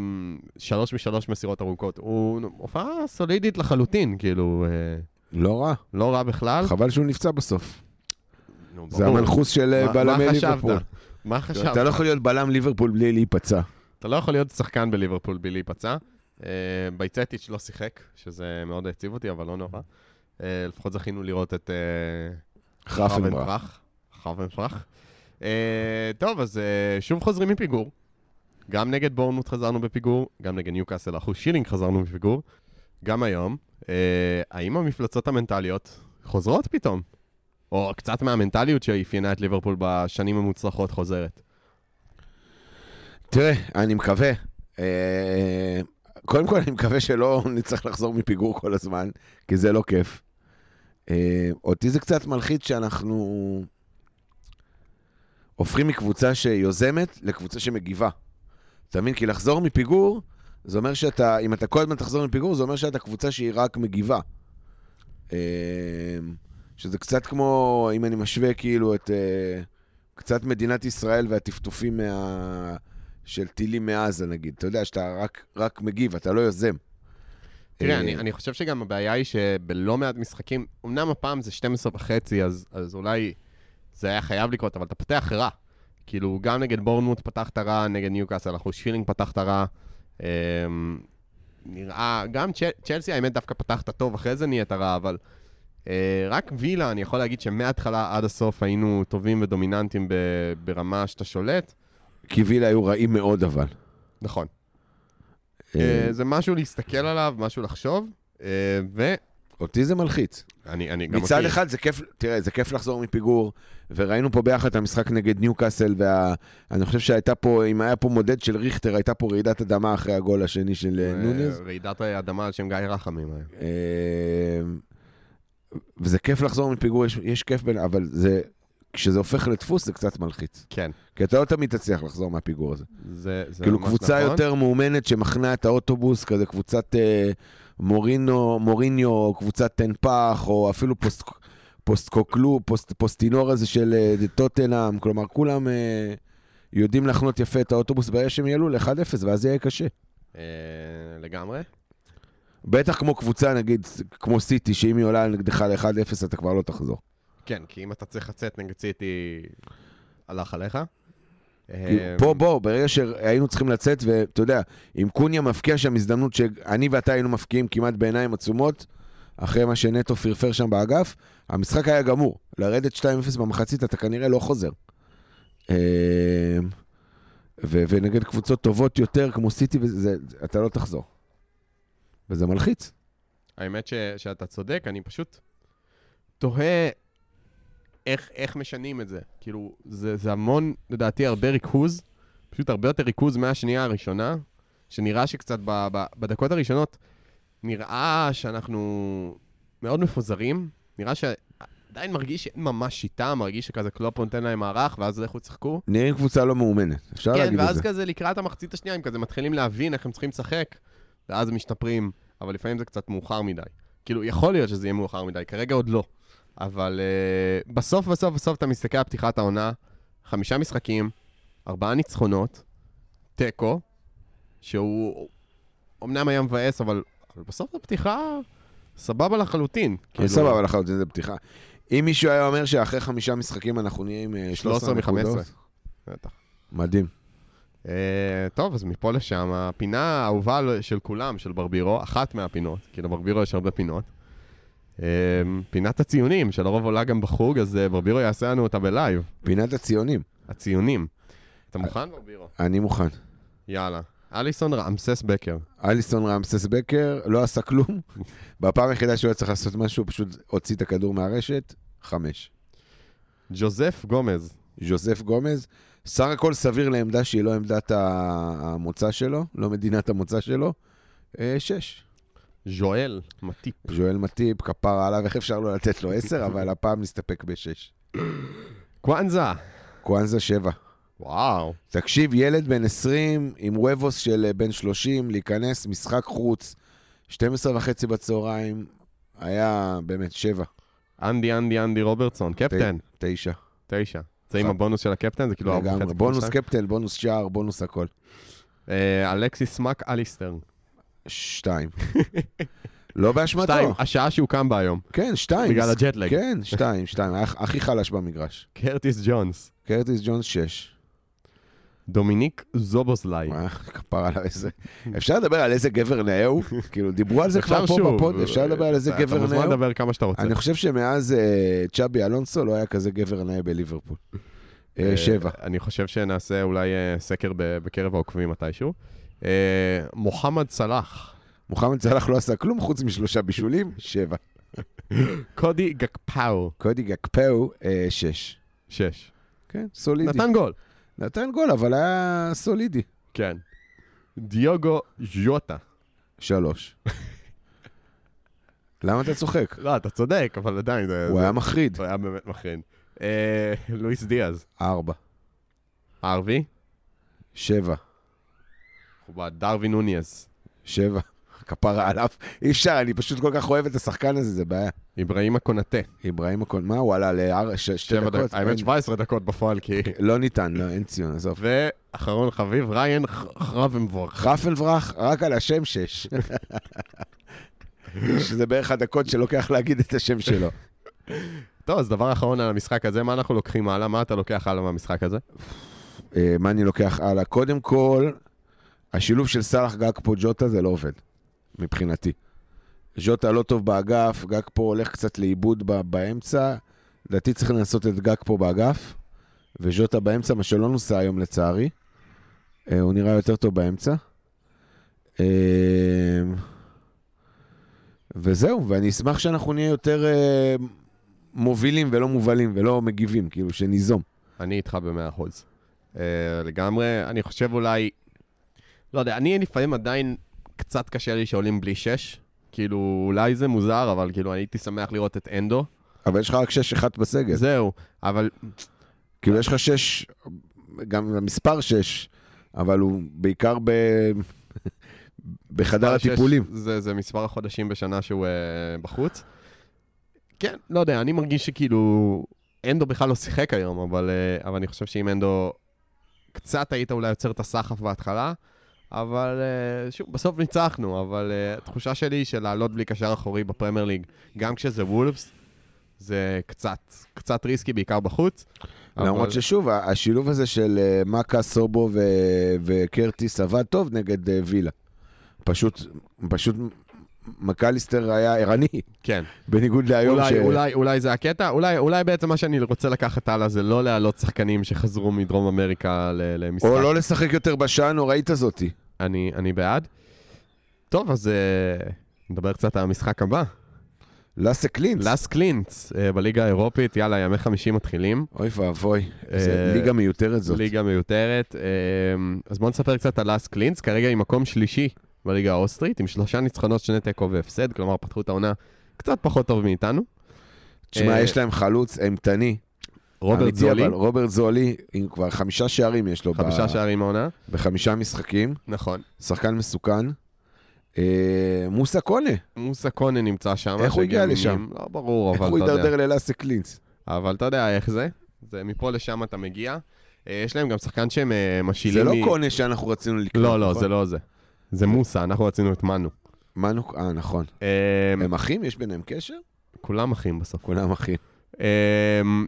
A: שלוש משלוש מסירות ארוכות. הוא הופעה סולידית לחלוטין, כאילו, אה,
B: לא רע,
A: לא רע בכלל.
B: חבל שהוא נפצע בסוף.
A: נו,
B: זה
A: ברור.
B: המנחוס של אה,
A: מה-
B: בלמי
A: מה חשבת?
B: ליברפול. לא
A: מה חשבת?
B: אתה לא יכול להיות בלם ליברפול בלי להיפצע.
A: אתה לא יכול להיות שחקן בליברפול בלי להיפצע. אה, בייצטיץ' לא שיחק, שזה מאוד העציב אותי, אבל לא נורא. אה, לפחות זכינו לראות את... אה,
B: חרפנברך.
A: חרבנפרח. טוב, אז אה, שוב חוזרים מפיגור. גם נגד בורנמוט חזרנו בפיגור, גם נגד ניוקאסל אחוז שילינג חזרנו בפיגור. גם היום. אה, האם המפלצות המנטליות חוזרות פתאום? או קצת מהמנטליות שאפיינה את ליברפול בשנים המוצלחות חוזרת.
B: תראה, אני מקווה. אה, קודם כל, אני מקווה שלא נצטרך לחזור מפיגור כל הזמן, כי זה לא כיף. אה, אותי זה קצת מלחיץ שאנחנו הופכים מקבוצה שיוזמת לקבוצה שמגיבה. אתה מבין? כי לחזור מפיגור, זה אומר שאתה, אם אתה כל הזמן תחזור מפיגור, זה אומר שאתה קבוצה שהיא רק מגיבה. אה, שזה קצת כמו, אם אני משווה כאילו את... אה, קצת מדינת ישראל והטפטופים מה... של טילים מעזה נגיד. אתה יודע שאתה רק, רק מגיב, אתה לא יוזם.
A: תראה,
B: אה,
A: אני, אני חושב שגם הבעיה היא שבלא מעט משחקים, אמנם הפעם זה 12 וחצי, אז, אז אולי זה היה חייב לקרות, אבל אתה פותח רע. כאילו, גם נגד בורנמוט פתחת רע, נגד ניוקאסל אחוז שילינג פתחת רע. אמ, נראה, גם צ'ל, צ'לסי, האמת, דווקא פתחת טוב, אחרי זה נהיית רע, אבל אה, רק וילה, אני יכול להגיד שמההתחלה עד הסוף היינו טובים ודומיננטים ב, ברמה שאתה שולט.
B: כי וילה היו רעים מאוד אבל.
A: נכון.
B: אה,
A: אה, זה משהו להסתכל עליו, משהו לחשוב, אה, ואני
B: אותי זה מלחיץ.
A: אני גם...
B: מצד
A: אותי.
B: אחד זה כיף, תראה, זה כיף לחזור מפיגור, וראינו פה ביחד את המשחק נגד ניוקאסל, ואני חושב שהייתה פה, אם היה פה מודד של ריכטר, הייתה פה רעידת אדמה אחרי הגול השני של אה, נונז.
A: רעידת האדמה על שם גיא רחמים. אה. היה.
B: אמ, וזה כיף לחזור מפיגור, יש, יש כיף בין, אבל זה, כשזה הופך לדפוס זה קצת מלחיץ.
A: כן,
B: כי אתה לא תמיד תצליח לחזור מהפיגור הזה.
A: זה זה ממש נכון.
B: כאילו קבוצה יותר מאומנת שמכנה את האוטובוס, כזה קבוצת אה, מורינו, מוריניו, או קבוצת תן פח, או אפילו פוסט, פוסט-קוקלו, פוסט, פוסטינור הזה של אה, טוטנאם, כלומר כולם אה, יודעים לחנות יפה את האוטובוס ברגע שהם יעלו ל-1-0, ואז זה יהיה קשה.
A: אה, לגמרי.
B: בטח כמו קבוצה, נגיד, כמו סיטי, שאם היא עולה נגדך ל-1-0, אתה כבר לא תחזור.
A: כן, כי אם אתה צריך לצאת נגד סיטי, הלך עליך.
B: כאילו,
A: אה,
B: פה, בוא, ברגע שהיינו צריכים לצאת, ואתה יודע, אם קוניה מבקיע שם הזדמנות שאני ואתה היינו מפקיעים כמעט בעיניים עצומות, אחרי מה שנטו פרפר שם באגף, המשחק היה גמור. לרדת 2-0 במחצית, אתה כנראה לא חוזר. אה, ו- ונגד קבוצות טובות יותר, כמו סיטי, וזה- זה- אתה לא תחזור. וזה מלחיץ.
A: האמת ש, שאתה צודק, אני פשוט תוהה איך, איך משנים את זה. כאילו, זה, זה המון, לדעתי, הרבה ריכוז, פשוט הרבה יותר ריכוז מהשנייה הראשונה, שנראה שקצת ב, ב, בדקות הראשונות נראה שאנחנו מאוד מפוזרים, נראה שעדיין מרגיש שאין ממש שיטה, מרגיש שכזה קלופ נותן להם מערך, ואז לכו תשחקו.
B: נראים קבוצה לא מאומנת, אפשר
A: כן,
B: להגיד את
A: ואז
B: זה.
A: כזה לקראת המחצית השנייה, הם כזה מתחילים להבין איך הם צריכים לשחק, ואז הם משתפרים, אבל לפעמים זה קצת מאוחר מדי. כאילו, יכול להיות שזה יהיה מאוחר מדי, כרגע עוד לא. אבל uh, בסוף, בסוף, בסוף אתה מסתכל על פתיחת העונה, חמישה משחקים, ארבעה ניצחונות, תיקו, שהוא אמנם היה מבאס, אבל, אבל בסוף הפתיחה סבבה לחלוטין.
B: אני כן, סבבה לחלוטין, זה פתיחה. אם מישהו היה אומר שאחרי חמישה משחקים אנחנו נהיה עם אה,
A: 13
B: 13 נקודות,
A: מ-15. בטח.
B: מדהים.
A: Uh, טוב, אז מפה לשם, הפינה האהובה ל- של כולם, של ברבירו, אחת מהפינות, כי לברבירו יש הרבה פינות. Uh, פינת הציונים, שלרוב עולה גם בחוג, אז uh, ברבירו יעשה לנו אותה בלייב.
B: פינת הציונים,
A: הציונים. אתה מוכן, ברבירו?
B: אני מוכן.
A: יאללה. אליסון רעמסס בקר.
B: אליסון רמסס בקר לא עשה כלום. בפעם היחידה שהוא היה צריך לעשות משהו, הוא פשוט הוציא את הכדור מהרשת, חמש.
A: ג'וזף גומז.
B: ז'וזף גומז, סך הכל סביר לעמדה שהיא לא עמדת ה- המוצא שלו, לא מדינת המוצא שלו, אה, שש.
A: ז'ואל מטיפ.
B: ז'ואל מטיפ, כפרה עליו, איך אפשר לא לתת לו עשר, אבל הפעם נסתפק בשש.
A: קוואנזה.
B: קוואנזה שבע.
A: וואו.
B: תקשיב, ילד בן 20 עם וובוס של אה, בן 30, להיכנס, משחק חוץ, 12 וחצי בצהריים, היה באמת שבע,
A: אנדי, אנדי, אנדי רוברטסון. קפטן.
B: תשע.
A: תשע. זה עם
B: נכון.
A: הבונוס של הקפטן, זה כאילו... ארבע
B: לגמרי.
A: וחצי
B: בונוס
A: פלוס
B: קפטן, בונוס שער, בונוס הכל.
A: שתיים. אה, אלכסיס מק אליסטר.
B: שתיים. לא באשמתו.
A: שתיים, השעה שהוא קם בה היום.
B: כן, שתיים.
A: בגלל הג'טלג.
B: כן, שתיים, שתיים. היה הכ- הכי חלש במגרש.
A: קרטיס ג'ונס.
B: קרטיס ג'ונס שש.
A: דומיניק זובוזלאי.
B: מה, כפרה על איזה... אפשר לדבר על איזה גבר נאה הוא? כאילו, דיברו על זה כבר פה בפוד, אפשר לדבר על איזה
A: אתה-
B: גבר
A: אתה
B: נאה
A: מוזמן
B: הוא?
A: לדבר כמה שאתה רוצה.
B: אני חושב שמאז אה, צ'אבי אלונסו לא היה כזה גבר נאה בליברפול. אה,
A: אה,
B: שבע.
A: אני חושב שנעשה אולי אה, סקר ב- בקרב העוקבים מתישהו. אה, מוחמד סלאח,
B: מוחמד סלאח לא עשה כלום חוץ משלושה בישולים, שבע.
A: קודי גקפאו,
B: קודי גקפאו, אה, שש.
A: שש.
B: כן, סולידי.
A: נתן גול.
B: נתן גול, אבל היה סולידי.
A: כן. דיוגו ז'וטה.
B: שלוש. למה אתה צוחק?
A: לא, אתה צודק, אבל עדיין זה...
B: הוא
A: זה-
B: היה מחריד.
A: הוא היה באמת מחרין. אה, לואיס דיאז,
B: ארבע.
A: ערבי,
B: שבע.
A: מכובד, דרווין נוניאז,
B: שבע. כפרה עליו. אי אפשר, אני פשוט כל כך אוהב את השחקן הזה, זה בעיה.
A: אברהימה קונאטה.
B: אברהים הכהן, מה, הוא עלה לשתי
A: שבע
B: דקות? כן.
A: דקות, האמת
B: אין.
A: 17 דקות בפועל, כי...
B: לא ניתן, לא, אין ציון, עזוב.
A: ואחרון חביב, ריין ח- חרבנבורג.
B: חפנברח, רק על השם שש. שזה בערך הדקות שלוקח להגיד את השם שלו.
A: טוב, אז דבר אחרון על המשחק הזה, מה אנחנו לוקחים הלאה? מה אתה לוקח הלאה מהמשחק הזה?
B: אה, מה אני לוקח הלאה? קודם כל, השילוב של סאלח גג פה ג'וטה זה לא עובד, מבחינתי. ג'וטה לא טוב באגף, גג פה הולך קצת לאיבוד ב- באמצע. לדעתי צריך לנסות את גג פה באגף, וג'וטה באמצע, מה שלא נוסע היום לצערי. אה, הוא נראה יותר טוב באמצע. אה, וזהו, ואני אשמח שאנחנו נהיה יותר אה, מובילים ולא מובלים ולא מגיבים, כאילו שניזום.
A: אני איתך במאה אחוז. אה, לגמרי, אני חושב אולי... לא יודע, אני לפעמים עדיין קצת קשה לי שעולים בלי שש. כאילו, אולי זה מוזר, אבל כאילו, אני הייתי שמח לראות את אנדו.
B: אבל יש לך רק 6-1 בסגל.
A: זהו, אבל
B: כאילו יש לך שש, גם המספר שש, אבל הוא בעיקר ב... בחדר
A: שש-
B: הטיפולים.
A: זה, זה מספר החודשים בשנה שהוא אה, בחוץ. כן, לא יודע, אני מרגיש שכאילו, אנדו בכלל לא שיחק היום, אבל, אה, אבל אני חושב שאם אנדו... קצת היית אולי יוצר את הסחף בהתחלה, אבל אה, שוב, בסוף ניצחנו, אבל אה, התחושה שלי היא שלעלות בלי קשר אחורי בפרמייר ליג, גם כשזה וולפס, זה קצת, קצת ריסקי, בעיקר בחוץ. אבל-
B: למרות ששוב, ה- השילוב הזה של אה, מכה, סובו ו... וקרטיס עבד טוב נגד אה, וילה. פשוט, פשוט מקליסטר היה ערני,
A: כן.
B: בניגוד להיום
A: אולי,
B: ש...
A: ש... אולי, אולי זה הקטע, אולי, אולי בעצם מה שאני רוצה לקחת הלאה זה לא להעלות שחקנים שחזרו מדרום אמריקה ל- למשחק.
B: או לא לשחק יותר בשעה הנוראית הזאתי.
A: אני, אני בעד. טוב, אז אה, נדבר קצת על המשחק הבא.
B: לאסה קלינס.
A: לאס קלינץ אה, בליגה האירופית, יאללה, ימי חמישי מתחילים.
B: אוי ואבוי,
A: אה,
B: איזה ליגה מיותרת זאת.
A: ליגה מיותרת. אה, אז בואו נספר קצת על לאס קלינץ, כרגע היא מקום שלישי בליגה האוסטרית, עם שלושה ניצחונות, שני תיקו והפסד, כלומר פתחו את העונה קצת פחות טוב מאיתנו.
B: תשמע,
A: אה,
B: יש להם חלוץ אימתני.
A: רוברט
B: אמיתי,
A: זולי,
B: אבל רוברט זולי, עם כבר חמישה שערים יש לו. ב-
A: חמישה שערים העונה.
B: בחמישה משחקים,
A: נכון.
B: שחקן מסוכן. אה, מוסה קונה,
A: מוסה קונה נמצא שם.
B: איך הוא הגיע
A: שגם-
B: לשם?
A: לא ברור,
B: איך
A: אבל
B: הוא
A: אתה יודע.
B: הידרדר ללאסה קלינס?
A: אבל אתה יודע איך זה. זה מפה לשם אתה מגיע. אה, יש להם גם שחקן שהם אה,
B: זה
A: משילים...
B: לא
A: מ-
B: קונה שאנחנו רצינו לקנות,
A: לא, לא,
B: נכון?
A: זה לא זה. זה מוסה, אנחנו רצינו את מנו.
B: מנו, אה, נכון.
A: אה,
B: הם אחים? יש ביניהם קשר?
A: כולם אחים בסוף.
B: כולם אחים.
A: אה,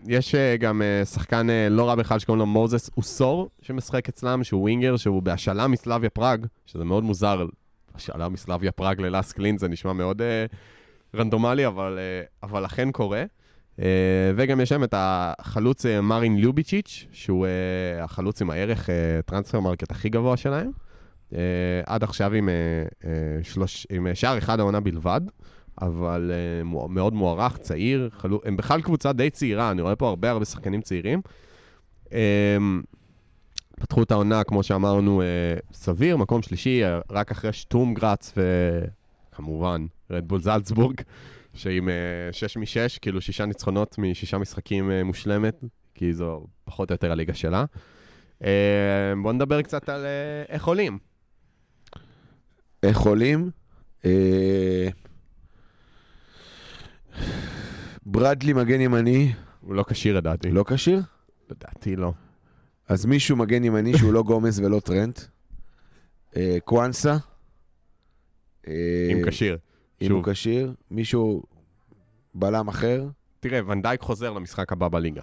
A: יש אה, גם אה, שחקן אה, לא רע בכלל שקוראים לו מוזס אוסור, שמשחק אצלם, שהוא ווינגר, שהוא בהשאלה מסלאביה פראג, שזה מאוד מוזר, השאלה מסלאביה פראג ללאס קלין, זה נשמע מאוד אה, רנדומלי, אבל, אה, אבל אכן קורה. אה, וגם יש שם את החלוץ אה, מרין לוביצ'יץ', שהוא אה, החלוץ עם הערך אה, טרנספר מרקט הכי גבוה שלהם. אה, עד עכשיו עם, אה, אה, שלוש, עם אה, שער אחד העונה בלבד, אבל אה, מוע- מאוד מוערך, צעיר, חלו... הם בכלל קבוצה די צעירה, אני רואה פה הרבה הרבה שחקנים צעירים. אה, פתחו את העונה, כמו שאמרנו, אה, סביר, מקום שלישי, אה, רק אחרי שטום גראץ וכמובן רדבול זלצבורג, שעם אה, שש משש, כאילו שישה ניצחונות משישה משחקים אה, מושלמת, כי זו פחות או יותר הליגה שלה. אה, בואו נדבר קצת על אה, איך עולים.
B: איך עולים? אה, ברדלי מגן ימני,
A: הוא לא כשיר לדעתי.
B: לא כשיר?
A: לדעתי לא.
B: אז מישהו מגן ימני שהוא לא גומז ולא טרנט. אה, קואנסה. אה,
A: אם כשיר.
B: אם
A: שוב.
B: הוא כשיר. מישהו בלם אחר.
A: תראה, ונדייק חוזר למשחק הבא בליגה.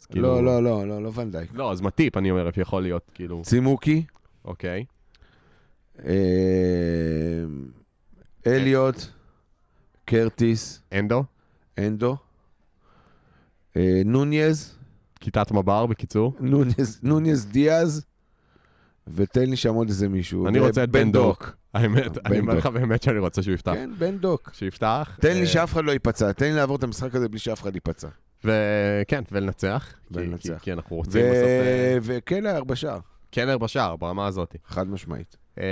A: אז כאילו-
B: לא, לא, לא, לא, לא ונדייק.
A: לא, אז מטיפ, אני אומר, יכול להיות, כאילו,
B: צימוקי,
A: אוקיי.
B: אה, אליוט, קרטיס,
A: אנדו,
B: אנדו, אה, נוניז,
A: כיתת מב"ר, בקיצור.
B: נוניז- נוניז דיאז, ותן לי שם עוד איזה מישהו.
A: אני
B: אה,
A: רוצה את בן דוק. האמת, אני אומר
B: דוק.
A: לך באמת שאני רוצה שהוא יפתח.
B: כן, בן דוק.
A: שיפתח.
B: תן
A: אה,
B: לי שאף אחד לא ייפצע, תן לי לעבור את המשחק הזה בלי שאף אחד ייפצע.
A: וכן, כן, ולנצח. כי-
B: ולנצח.
A: כי- כי אנחנו
B: ו-
A: רוצים בסוף... אה,
B: וקלר בשער,
A: קלר בשער, ברמה הזאת.
B: חד משמעית.
A: אה,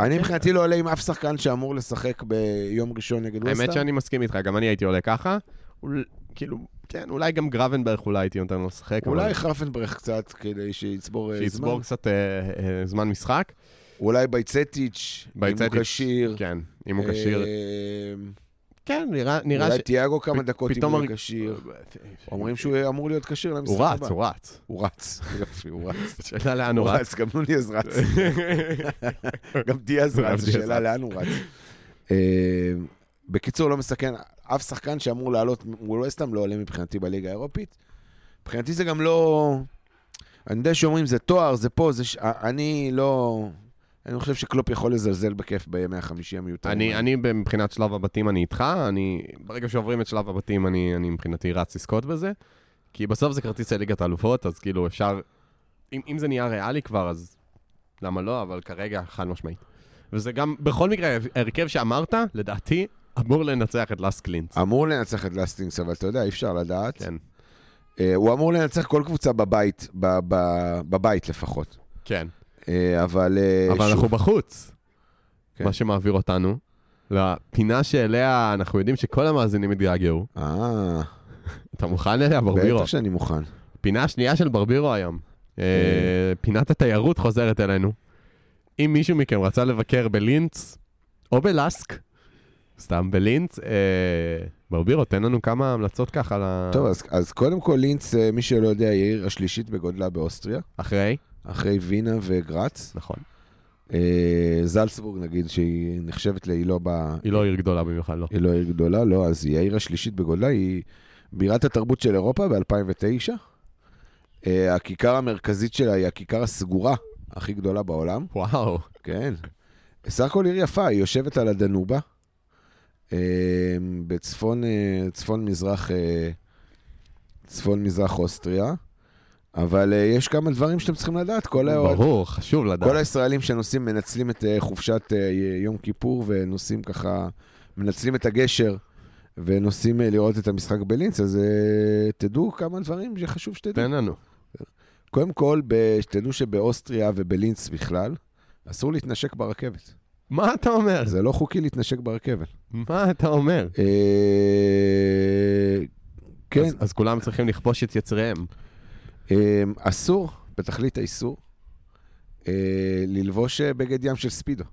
B: אני
A: כן.
B: מבחינתי לא עולה עם אף שחקן שאמור לשחק ביום ראשון נגד ווסטה.
A: כן. האמת שאני מסכים איתך, גם אני הייתי עולה ככה. אול- כאילו, כן, אולי גם גרבנברג אולי הייתי נותן לו לשחק. אבל
B: אולי חרפנברך קצת, כדי שיצבור אה, זמן.
A: שיצבור קצת אה, אה, זמן משחק.
B: אולי בייצטיץ', אם
A: בייצטיץ',
B: הוא כשיר.
A: כן, אם הוא כשיר.
B: אה,
A: כן, נראה- נראה
B: אולי
A: ש...
B: תיאגו כמה דקות אם
A: פתאום
B: הוא
A: הר- אה,
B: כשיר. אומרים שהוא אמור להיות כשיר למשחק
A: הוא
B: הבא.
A: רץ, הוא רץ.
B: הוא רץ. יופי, הוא רץ.
A: שאלה לאן הוא
B: הוא
A: רץ.
B: רץ, גם נוניז רץ. גם דיאז
A: גם
B: רץ,
A: דיאז
B: השאלה
A: רץ.
B: לאן הוא רץ. אה, בקיצור, לא מסכן, אף שחקן שאמור לעלות מול וסטאם לא עולה מבחינתי בליגה האירופית. מבחינתי זה גם לא... אני יודע שאומרים זה תואר, זה פה, זה... ש- אה, אני לא... אני חושב שקלופ יכול לזלזל בכיף בימי החמישי המיותרים.
A: אני,
B: האלה.
A: אני מבחינת שלב הבתים אני איתך, אני, ברגע שעוברים את שלב הבתים אני, אני מבחינתי רץ לזכות בזה, כי בסוף זה כרטיס לליגת האלופות, אז כאילו אפשר, אם, אם זה נהיה ריאלי כבר, אז למה לא, אבל כרגע חד משמעית. וזה גם, בכל מקרה, ההרכב שאמרת, לדעתי, אמור לנצח את לאסט קלינץ.
B: אמור לנצח את לסטינגס, אבל אתה יודע, אי אפשר לדעת.
A: כן,
B: אה, הוא אמור לנצח כל קבוצה בבית, ב- ב- בבית לפחות.
A: כן.
B: אה, אבל... אה,
A: אבל
B: שוב,
A: אנחנו בחוץ,
B: כן.
A: מה שמעביר אותנו לפינה שאליה אנחנו יודעים שכל המאזינים התגעגעו.
B: אה,
A: אתה מוכן אליה, ברבירו?
B: בטח שאני מוכן.
A: פינה שנייה של ברבירו היום. אה,
B: כן.
A: פינת התיירות חוזרת אלינו. אם מישהו מכם רצה לבקר בלינץ, או בלאסק, סתם בלינץ, אה, ברבירו, תן לנו כמה המלצות ככה ל-
B: טוב, אז, אז קודם כל לינץ, אה, מי שלא יודע, היא העיר השלישית בגודלה באוסטריה,
A: אחרי.
B: אחרי וינה וגראץ.
A: נכון.
B: אה, זלצבורג, נגיד, שהיא נחשבת ל... היא לא, ב...
A: היא לא עיר גדולה במיוחד, לא.
B: היא לא עיר גדולה, לא, אז היא העיר השלישית בגודלה, היא בירת התרבות של אירופה ב-2009. אה, הכיכר המרכזית שלה היא הכיכר הסגורה הכי גדולה בעולם.
A: וואו.
B: כן. סך הכל עיר יפה, היא יושבת על הדנובה, אה, בצפון אה, צפון מזרח, אה, צפון מזרח אוסטריה, אבל אה, יש כמה דברים שאתם צריכים לדעת. כל, האוהד,
A: ברור, חשוב לדעת.
B: כל הישראלים שנוסעים מנצלים את אה, חופשת אה, יום כיפור ונוסעים ככה, מנצלים את הגשר. ונוסעים אה, לראות את המשחק בלינץ, אז אה, תדעו כמה דברים שחשוב שתדעו.
A: תן לנו.
B: קודם כל, ב- שתדעו שבאוסטריה ובלינץ בכלל, אסור להתנשק ברכבת.
A: מה אתה אומר?
B: זה לא חוקי להתנשק ברכבת.
A: מה אתה אומר?
B: אה, כן,
A: אז- אז כולם צריכים לכבוש את יצריהם.
B: אה, אסור, בתכלית האיסור, אה, ללבוש אה, בגד ים של ספידו.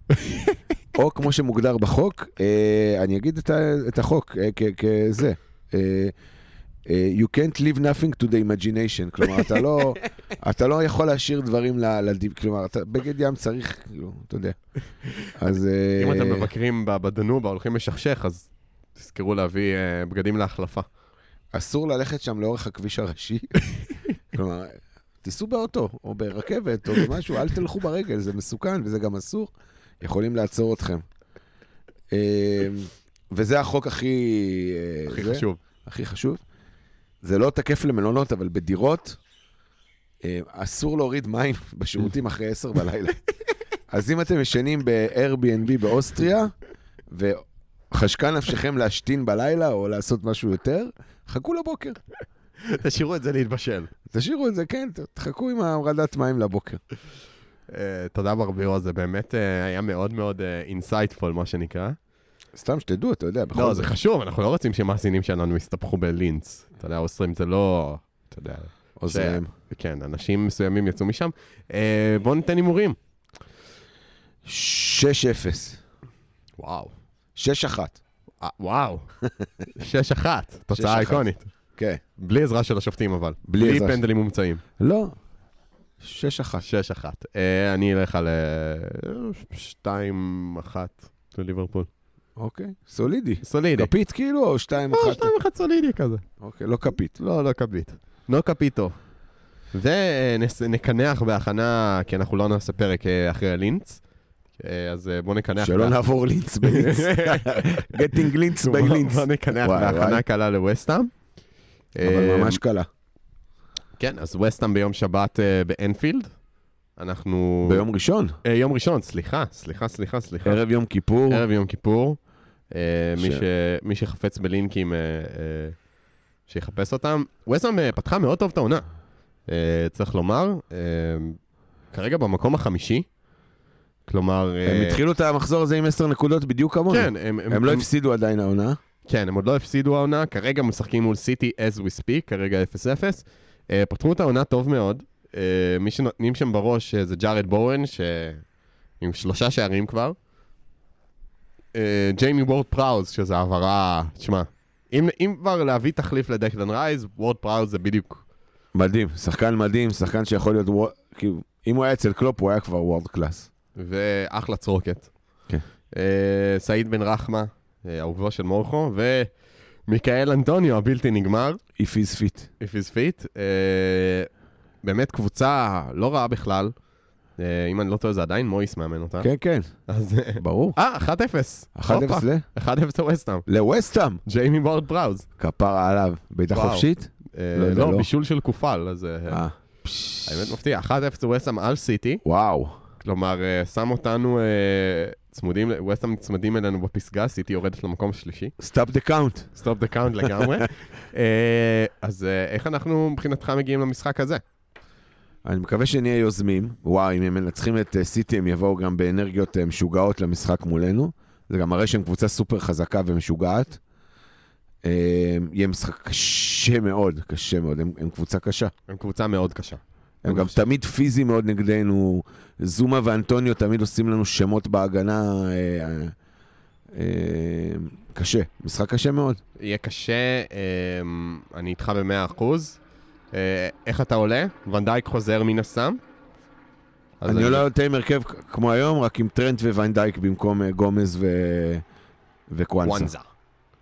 B: או כמו שמוגדר בחוק, אה, אני אגיד את ה- את החוק אה, כ- כזה. אה, אה, You can't leave nothing to the imagination, כלומר, אתה לא, אתה לא יכול להשאיר דברים ל- לדיב, כלומר, אתה, בגד ים צריך, כאילו, אתה יודע. אז...
A: אם
B: אה,
A: אתם מבקרים ב- בדנובה, הולכים לשכשך, אז תזכרו להביא אה, בגדים להחלפה.
B: אסור ללכת שם לאורך הכביש הראשי. כלומר, תיסעו באוטו, או ברכבת, או במשהו, אל תלכו ברגל, זה מסוכן וזה גם אסור. יכולים לעצור אתכם. אמ, וזה החוק הכי... אה,
A: הכי
B: זה,
A: חשוב.
B: הכי חשוב. זה לא תקף למלונות, אבל בדירות אה, אסור להוריד מים בשירותים אחרי עשר בלילה. אז אם אתם ישנים ב-Airbnb באוסטריה, וחשקה נפשכם להשתין בלילה או לעשות משהו יותר, חכו לבוקר.
A: תשאירו את זה להתבשל.
B: תשאירו את זה, כן, ת- תחכו עם ההורדת מים לבוקר.
A: אה, תודה ברבירו, זה באמת אה, היה מאוד מאוד אינסייטפול, מה שנקרא.
B: סתם שתדעו, אתה יודע, בכל
A: לא,
B: זאת.
A: זה חשוב, אנחנו לא רוצים שמאזינים שלנו יסתבכו בלינץ. אתה יודע, אוסטרים זה לא... אתה יודע...
B: עוזריהם.
A: כן, אנשים מסוימים יצאו משם. אה, בואו ניתן הימורים.
B: 6-0.
A: וואו.
B: 6-1.
A: אה, וואו. 6-1, תוצאה
B: 6-1.
A: איקונית.
B: כן.
A: בלי עזרה של השופטים אבל.
B: בלי
A: בלי
B: עזרה של-
A: פנדלים מומצאים.
B: לא.
A: 6-1. 6-1. אה, אני אלך על אה, 2-1 לליברפול.
B: אוקיי. סולידי.
A: סולידי. לא,
B: כפית כאילו, או 2-1?
A: או 2-1 סולידי כזה.
B: אוקיי, לא כפית.
A: לא, לא כבית. נו קפיטו. ונקנח בהכנה, כי אנחנו לא נעשה פרק אה, אחרי לינץ. אה, אז אה, בוא נקנח.
B: שלא
A: בה-
B: נעבור לינץ בלינץ. גטינג לינץ בי לינץ.
A: בוא נקנח
B: וואי,
A: בהכנה
B: וואי.
A: קלה לווסטאם.
B: אבל ממש קלה.
A: כן, אז ווסטאם ביום שבת אה, באנפילד. אנחנו...
B: ביום אה, ראשון,
A: אה, יום ראשון, סליחה, סליחה, סליחה, סליחה.
B: ערב יום כיפור,
A: ערב יום כיפור. אה, מי
B: ש-
A: ש- מי שחפץ בלינקים, אה, אה, שיחפש אותם. ווסטהאם אה, פתחה מאוד טוב את העונה, אה, צריך לומר. אה, כרגע במקום החמישי. כלומר... אה,
B: הם התחילו את המחזור הזה עם 10 נקודות בדיוק כמונו.
A: כן, הם, הם,
B: הם לא
A: הם-
B: הפסידו עדיין העונה.
A: כן, הם עוד לא הפסידו העונה, כרגע משחקים מול סיטי as we speak, כרגע 0-0. אה, פתחו את העונה טוב מאוד. אה, מי שנותנים שם בראש אה, זה ג'ארד בורן, ש... עם שלושה שערים כבר. אה, ג'יימי וורד פראוז, שזו העברה... תשמע, אם, אם כבר להביא תחליף לדקלן רייז, וורד פראוז זה בדיוק...
B: מדהים, שחקן מדהים, שחקן שיכול להיות, וו- כאילו, אם הוא היה אצל קלופ, הוא היה כבר וורד קלאס.
A: ואחלה צרוקת.
B: כן.
A: אה, סעיד בן רחמה, אה, אהובו של מורכו, ומיכאל אנטוניו, הבלתי נגמר.
B: If he's fit.
A: If he's fit. אה, באמת קבוצה לא רעה בכלל. אה, אם אני לא טועה, זה עדיין מויס מאמן אותה.
B: כן, כן,
A: אז... אה,
B: ברור.
A: אה, 1-0.
B: 1-0
A: הופה,
B: ל...
A: 1-0 לווסטהאם.
B: לווסטאם.
A: ג'יימי וורד פראוז.
B: כפרה עליו. בעיטה
A: וואו.
B: חופשית?
A: אה,
B: לא יודע,
A: לא,
B: לא.
A: בישול של קופל, אז אה,
B: אה.
A: האמת
B: לא-
A: מפתיע. 1-0 ווסטהאם על סיטי.
B: וואו.
A: כלומר, אה, שם אותנו אה, צמודים, ל- ווסטהאם צמדים אלינו בפסגה, סיטי יורדת למקום השלישי.
B: סטאפ דה קאונט.
A: סטופ דה קאונט לגמרי. אה, אז אה, איך אנחנו מבחינתך מגיעים למשחק הזה?
B: אני מקווה שנהיה יוזמים. וואי, אם הם מנצחים את אה, סיטי, הם יבואו גם באנרגיות אה, משוגעות למשחק מולנו. זה גם מראה שהם קבוצה סופר חזקה ומשוגעת. אה, יהיה משחק קשה מאוד, קשה מאוד. הם, הם קבוצה קשה.
A: הם קבוצה מאוד קשה.
B: הם גם תמיד פיזיים מאוד נגדנו. זומה ואנטוניו תמיד עושים לנו שמות בהגנה. אה, אה, אה, קשה, משחק קשה מאוד.
A: יהיה קשה, אמ, אני איתך במאה אחוז. אה, איך אתה עולה? ונדייק חוזר מן הסתם? אז
B: אני עולה יותר עם הרכב כ- כמו היום, רק עם טרנט וווינדייק במקום אה, גומז ו... וקוואנסה.
A: וואנזה.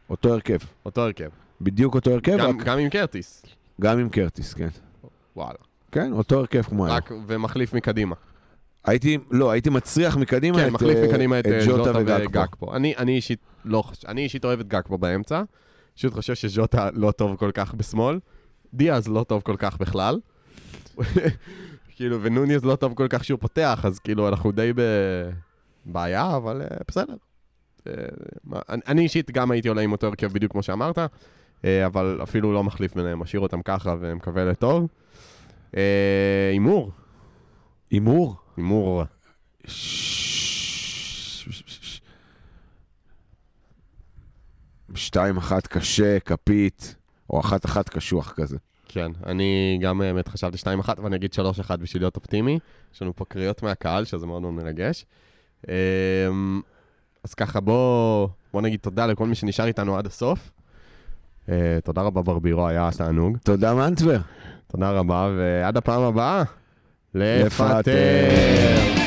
B: אותו הרכב.
A: אותו הרכב.
B: בדיוק אותו הרכב,
A: גם-
B: גם,
A: גם עם קרטיס.
B: גם עם קרטיס, כן.
A: וואלה.
B: כן, אותו הרכב כמו היום.
A: רק ומחליף מקדימה.
B: הייתי, לא, הייתי מצריח מקדימה
A: כן,
B: את,
A: מחליף
B: אה,
A: מקדימה את אה, ז'וטה
B: וגקפו.
A: וגקפו. אני אני אישית לא חושב, אני אישית אוהב את גקפו באמצע. פשוט חושב שז'וטה לא טוב כל כך בשמאל. דיאז לא טוב כל כך בכלל. כאילו, ונוניז לא טוב כל כך שהוא פותח, אז כאילו, אנחנו די בבעיה, אבל אה, בסדר. אה, מה- אני- אני אישית גם הייתי עולה עם אותו הרכב בדיוק כמו שאמרת, אה, אבל אפילו לא מחליף ביניהם, משאיר אותם ככה ומקווה לטוב. אה, הימור,
B: הימור?
A: הימור.
B: ש- 2-1 קשה, כפית, או 1-1 קשוח כזה.
A: כן, אני גם האמת חשבתי 2-1, אבל אני אגיד 3-1 בשביל להיות אופטימי. יש לנו פה קריאות מהקהל, שזה מאוד מאוד מרגש. אמ, אז ככה, בוא, בוא נגיד תודה לכל מי שנשאר איתנו עד הסוף. אה, תודה רבה, ברבירו, היה תענוג.
B: תודה מאנטבר.
A: תודה רבה, ועד הפעם הבאה, לפטר.
B: לפטר.